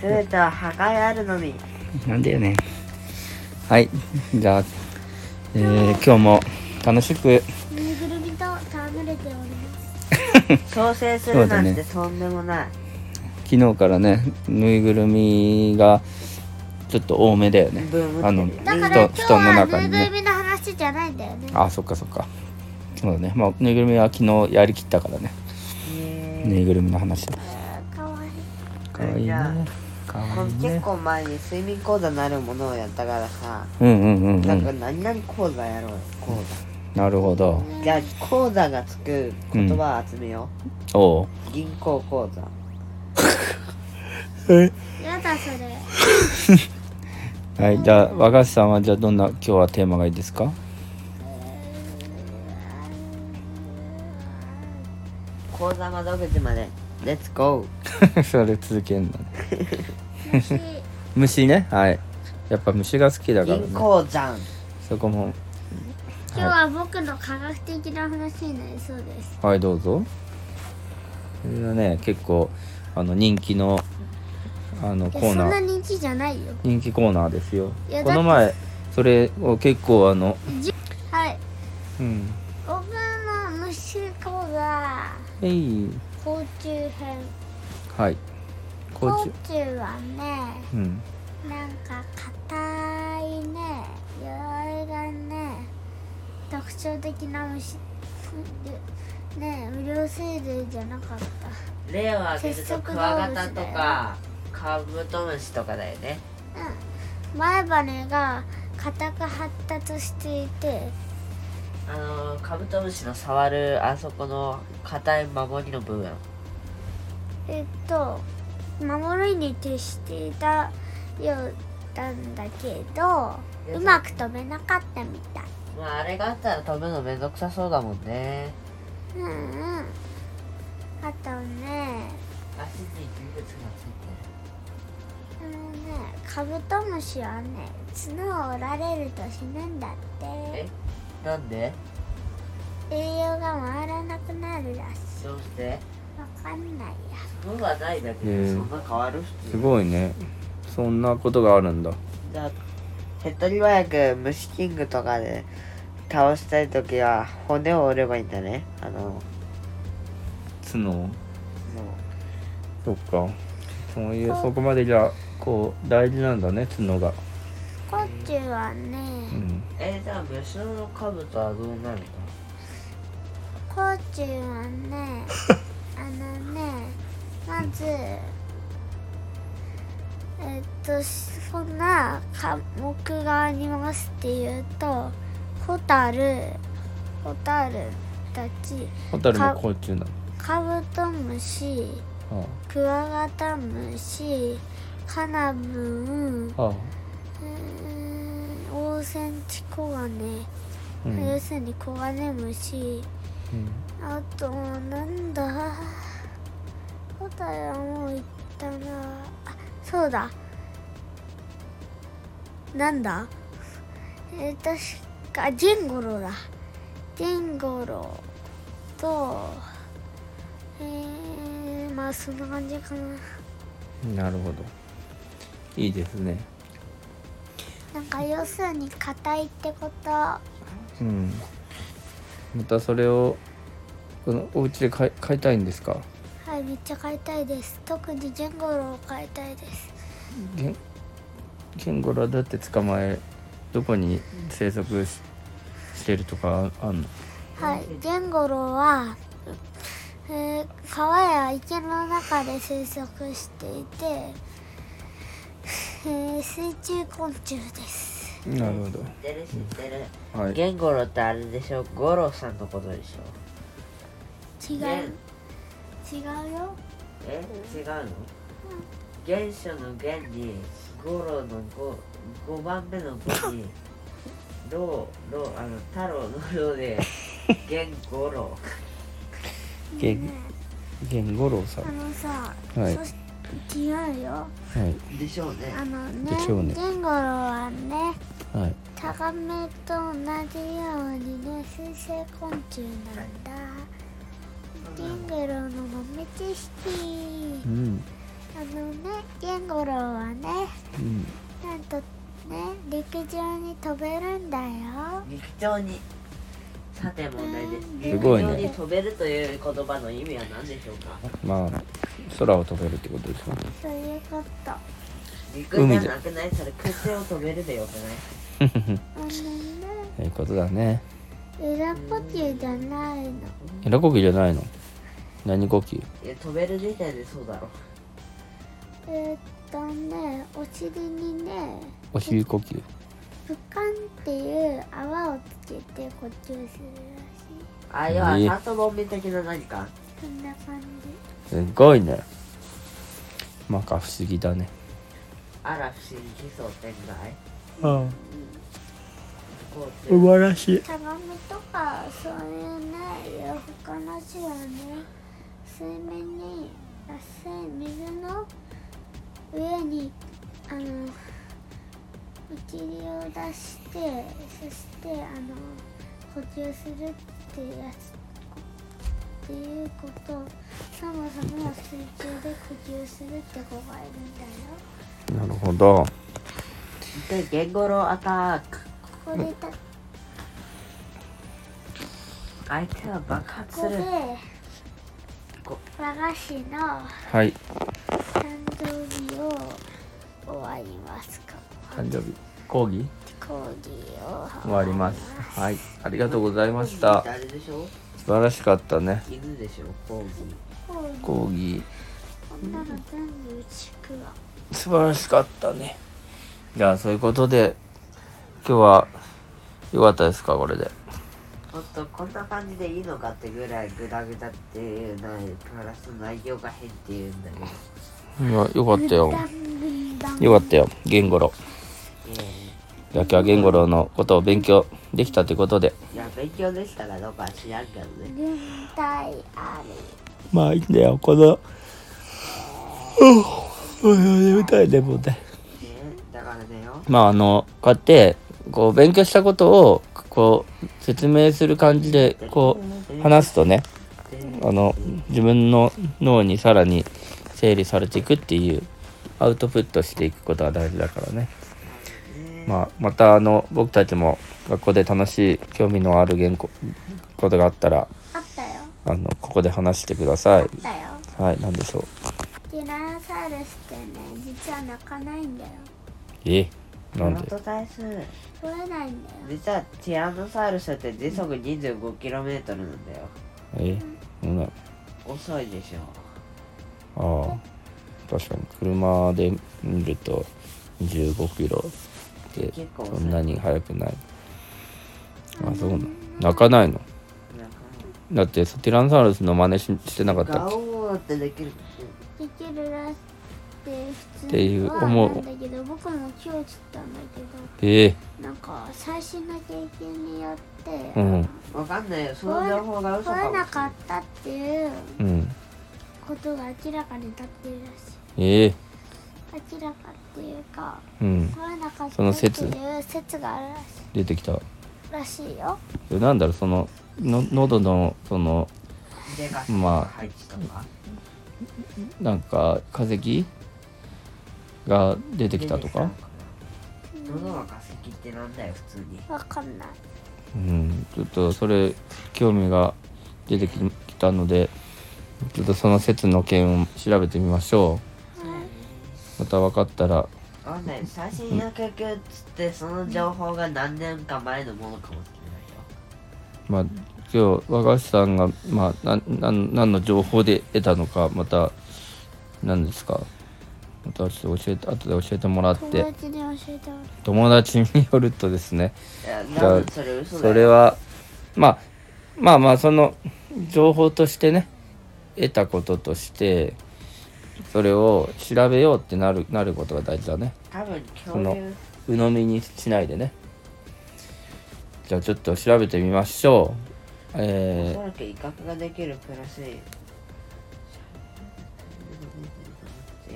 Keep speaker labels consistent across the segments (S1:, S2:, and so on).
S1: 全ては破壊あるのみ
S2: なんだよね。はい。じゃあ、えー今日も楽しく、
S3: ぬいぐるみと戯れております
S1: 調整するなんてとんでもない、
S2: 昨日からね、ぬいぐるみがちょっと多めだよね
S1: ブームっ。て
S2: あの、
S3: だから今
S2: 布
S3: 日
S2: 団の中
S3: はぬいぐる
S2: にね。
S3: みの話じゃないんだよね
S2: あ、そっかそっか。そうだね。まあ、ぬいぐるみは昨日やりきったからね。
S1: え
S2: ぬいぐるみの話。
S3: かわいい
S2: かわいい
S1: じゃ
S2: ね。か
S1: こ
S2: わ
S1: の
S2: いい
S1: 結
S2: ね。
S1: 構前に睡眠講座なるものをやったからさ、
S2: うんうんうんう
S1: なんか
S2: ん。
S1: 何々講座やろうよ講
S2: なるほど。
S1: 座じゃあ講座がつく言葉を集めよ
S2: お
S1: う、
S2: う。
S1: 銀行口座
S3: やだそれ
S2: はい。じゃあ、和菓子さんはじゃあどんな今日はテーマがいいですか
S1: 口座窓口までレッツゴ
S2: それ続けるんだね
S3: 虫
S2: 虫ねはいやっぱ虫が好きだ
S1: ー
S2: からね
S1: 銀行山
S2: そこも
S3: 今日は 僕の科学的な話になりそうです
S2: はいどうぞこれはね結構あの人気のあの
S3: い
S2: コ
S3: やそ
S2: ー
S3: ん
S2: ナ
S3: な
S2: ー
S3: 人気じゃないよ
S2: 人気コーナーですよ
S3: いや
S2: この前それを結構あの
S3: じはい
S2: うん
S3: 僕の虫講座
S2: えい
S3: 甲虫編
S2: はいこ
S3: 甲
S2: っち
S3: 虫はね
S2: うん
S3: なんか硬いね鎧がね特徴的な虫ね無料生類じゃなかった
S1: 例を挙げる
S3: 節
S1: と
S3: 足
S1: クワガ
S3: 動物
S1: タと
S3: だよね
S1: かカブトムシとかだよね
S3: うん前羽が硬く発達していて
S1: あのーカブトムシの触るあそこの硬い守りの部分
S3: えっと守りに徹していたようなんだけどうまく飛べなかったみたい
S1: まああれがあったら飛ぶのめんどくさそうだもんね
S3: うんうんあとね
S1: 足に微物がついてる
S3: あのねカブトムシはね角を折られると死ぬんだって
S1: えなんで
S3: 栄養が回らなくなるらし
S1: どうして
S3: いわかんないや
S1: 角がないだけ
S2: へ
S1: で
S2: え
S1: そんな変わる普
S2: す
S1: 通
S2: ごいねそんなことがあるんだ
S1: じゃあ手っ取り早く虫キングとかで倒したい時は骨を折ればいいんだねあのも
S2: 角
S1: う
S2: そっかそういうそこまでじゃあこう大事なんだね角が
S3: 甲虫はね
S2: うん
S1: えじゃあ虫のカブトはどうなるの
S3: 甲虫は ねあのねまずえっとそんな科目がありますっていうとホタルホタルたち
S2: ホタルも甲虫なの
S3: カブトムシ
S2: あ
S3: クワガタムシカナブン
S2: あああ
S3: うーんオオセンチコガネ、
S2: うん
S3: 要するにコガネムシ
S2: うん
S3: あとなんだホタルはもう行ったなあそうだなんだえー、確かジンゴロウだジンゴロウとえー、まあそんな感じかな
S2: なるほど。いいですね。
S3: なんか要するに硬いってことあ
S2: うん。またそれをこのお家で買い買いたいんですか。
S3: はいめっちゃ買いたいです特にジェンゴロウを買いたいです
S2: ゲンゲンゴロウだって捕まえどこに生息ししてるとかあんの。
S3: はいジェンゴロウは、えー川や池の中で生息していて、えー水中昆虫です
S2: なるほ
S1: 知ってる知ってる
S2: ど。はい。
S1: ゲンゴロってあれでしょゴロさんのことでしょ
S3: 違う、
S1: ね
S3: 違うよ
S1: え違うの原初の原にゴロのゴ5番目の5にローローあの太郎のローでゲンゴロ
S2: ゲンゲンゴロウさん。
S3: あのさ、
S2: はい
S3: そし違うよ
S2: はい
S1: でしょうね
S3: あのね
S2: でしょうね
S3: ジェンゴロウはね
S2: はい。
S3: タガメと同じようにね水生昆虫なんだリングロの豆知識
S2: うん。
S3: あのねゲンゴロウはね
S2: うん
S3: なんとね陸上に飛べるんだよ
S1: 陸上にさて問題ですす陸
S2: ごい
S1: 上
S2: ね
S1: に飛べるという言葉の意味は何でしょうか
S2: まあ空を飛べるってことですか
S3: そういうことあ
S1: 陸じゃなくないそれ空中を飛べるでよくない
S3: のね
S2: そういうことだね
S3: エラ呼吸じゃないの
S2: エラ呼吸じゃないの何呼吸
S1: いや飛べる時点でそうだろ
S3: えーっとねお尻にね
S2: お尻呼吸
S3: 俯瞰っていう泡をつけて呼吸するらしい
S1: あ要は
S2: えー
S1: 酸素ボンベ的な何か
S3: こんな感じ
S2: すごいねまか不思議だね
S1: あら不思議奇想天外
S2: うん
S1: こう
S2: 素晴らしい
S3: 鏡とかそういうね洋服の種はね水面にあ水水の上にあのお尻を出してそしてあの呼吸するっていうやつっていうことそもそも水中で呼吸するって子がいるんだよ
S2: なるほど
S1: で言語ロアタック
S3: ここでたこ
S1: 相手は爆発
S3: こ
S1: す
S3: で
S1: るこ
S3: 和菓子の
S2: はい
S3: 誕生日を終わりますか
S2: 誕生日講義
S3: 講義を
S2: 終わりますはいありがとうございまし
S1: あ
S2: た
S1: れでしょ
S2: 素晴らしかったね
S1: 犬でしょ講義
S3: 講義
S2: 講義
S3: こんなの全部うちくわ
S2: 素晴らしかったねじゃあそういうことで今日は良かったですかこれで
S1: ほんとこんな感じでいいのかってぐらいグダグダっていうのにプラス内容が変っていうんだけど
S2: いや良かったよ
S3: だんだん
S2: 良かったよゲンゴロ
S1: え
S2: じゃあ今日はゲンゴロのことを勉強できたということで
S1: ーいや勉強できたらどうかは知らんけどね
S3: 軍隊あり
S2: まあいいんだよこのうん歌いでもね
S1: ねだからねよ
S2: まああのこうやってこう勉強したことをこう説明する感じでこう話すとねあの自分の脳にさらに整理されていくっていうアウトプットしていくことが大事だからね、まあ、またあの僕たちも学校で楽しい興味のある言語ことがあったら
S3: あったよ
S2: あのここで話してください
S3: だよ
S2: はい何でしょう
S3: ティラノサウルスってね実は泣かないんだよ
S2: えな
S1: なんん
S2: で
S1: と対数
S3: 取れないんだよ
S1: 実はティラノサウルスって時速 25km なんだよ
S2: えうんあ
S1: 遅いでしょ
S2: あ確かに車で見ると15キロで
S1: 結構
S2: そ
S1: 遅い
S2: んなに速くないあそうなの泣かないの
S1: なんか
S2: だってティラノサウルスの真似ししてなかった
S1: ガ
S2: っけ
S1: オーってできる
S3: できるらしって普通
S2: っていう
S3: は
S2: 思う
S3: なんだけど僕も今日ちょっとなんだけど
S2: ええ
S3: なんか最新の経験によって、
S2: うん
S1: わかんないよその情報が嘘
S3: 取れ
S1: かもしれな
S3: ないかったっていう
S2: うん
S3: ことが明らかになってるらし
S2: ええ
S3: い明らかっていうか
S2: うん
S3: 取れなかっ
S2: そ
S3: た
S2: の
S3: っていう
S2: 説
S3: 説がある
S2: 出てきた
S3: らしいらしいよ
S2: えなんだろうそのの喉のその
S1: でか
S2: まあ
S1: 配置とか
S2: なんか化石が出てきたとか
S1: 出てきたのかな喉が化石ってなんだよ普通に
S3: わかんない
S2: うんちょっとそれ興味が出てききたのでちょっとその説の件を調べてみましょうまた分かったら
S1: わかんない最新の研究っつってその情報が何年か前のものかもし
S2: まあ今日和菓子さんが、まあ、なんなん何の情報で得たのかまた何ですかまたちょっと教えて後で教えてもらっ
S3: 友
S2: て
S3: 達に教えてもらっ
S2: 友達によるとですね
S1: れないよい
S2: じ
S1: や
S2: ゃあ
S1: なんでそれ嘘だ
S2: それ
S1: よ
S2: は、まあ、まあまあその情報としてね得たこととしてそれを調べようってなるなることが大事だね
S1: 多分
S2: そ
S1: 共
S2: の
S1: 有
S2: 鵜呑みにしないでねじゃあちょっと調べてみましょう
S1: お
S2: え
S1: そらく威嚇ができるプラス
S2: ー、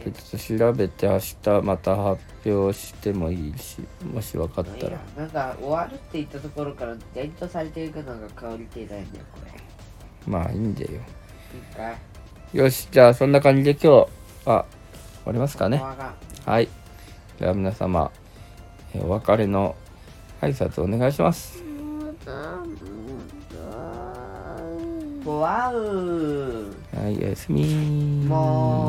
S2: ちょっと調べて明日また発表してもいいしもし分かっ
S1: い
S2: た
S1: や
S2: ら
S1: なんか終わるって言ったところから伝統されていくのが香りていないんだよこれ
S2: まあいいんだよ
S1: いいか
S2: よしじゃあそんな感じで今日あ終わりますかね
S1: お。わが
S2: はい。では皆様、えーお別れの挨拶お願いします。
S3: もだもだ
S1: ごわう
S2: はい、おやすみ。
S1: 嗯もう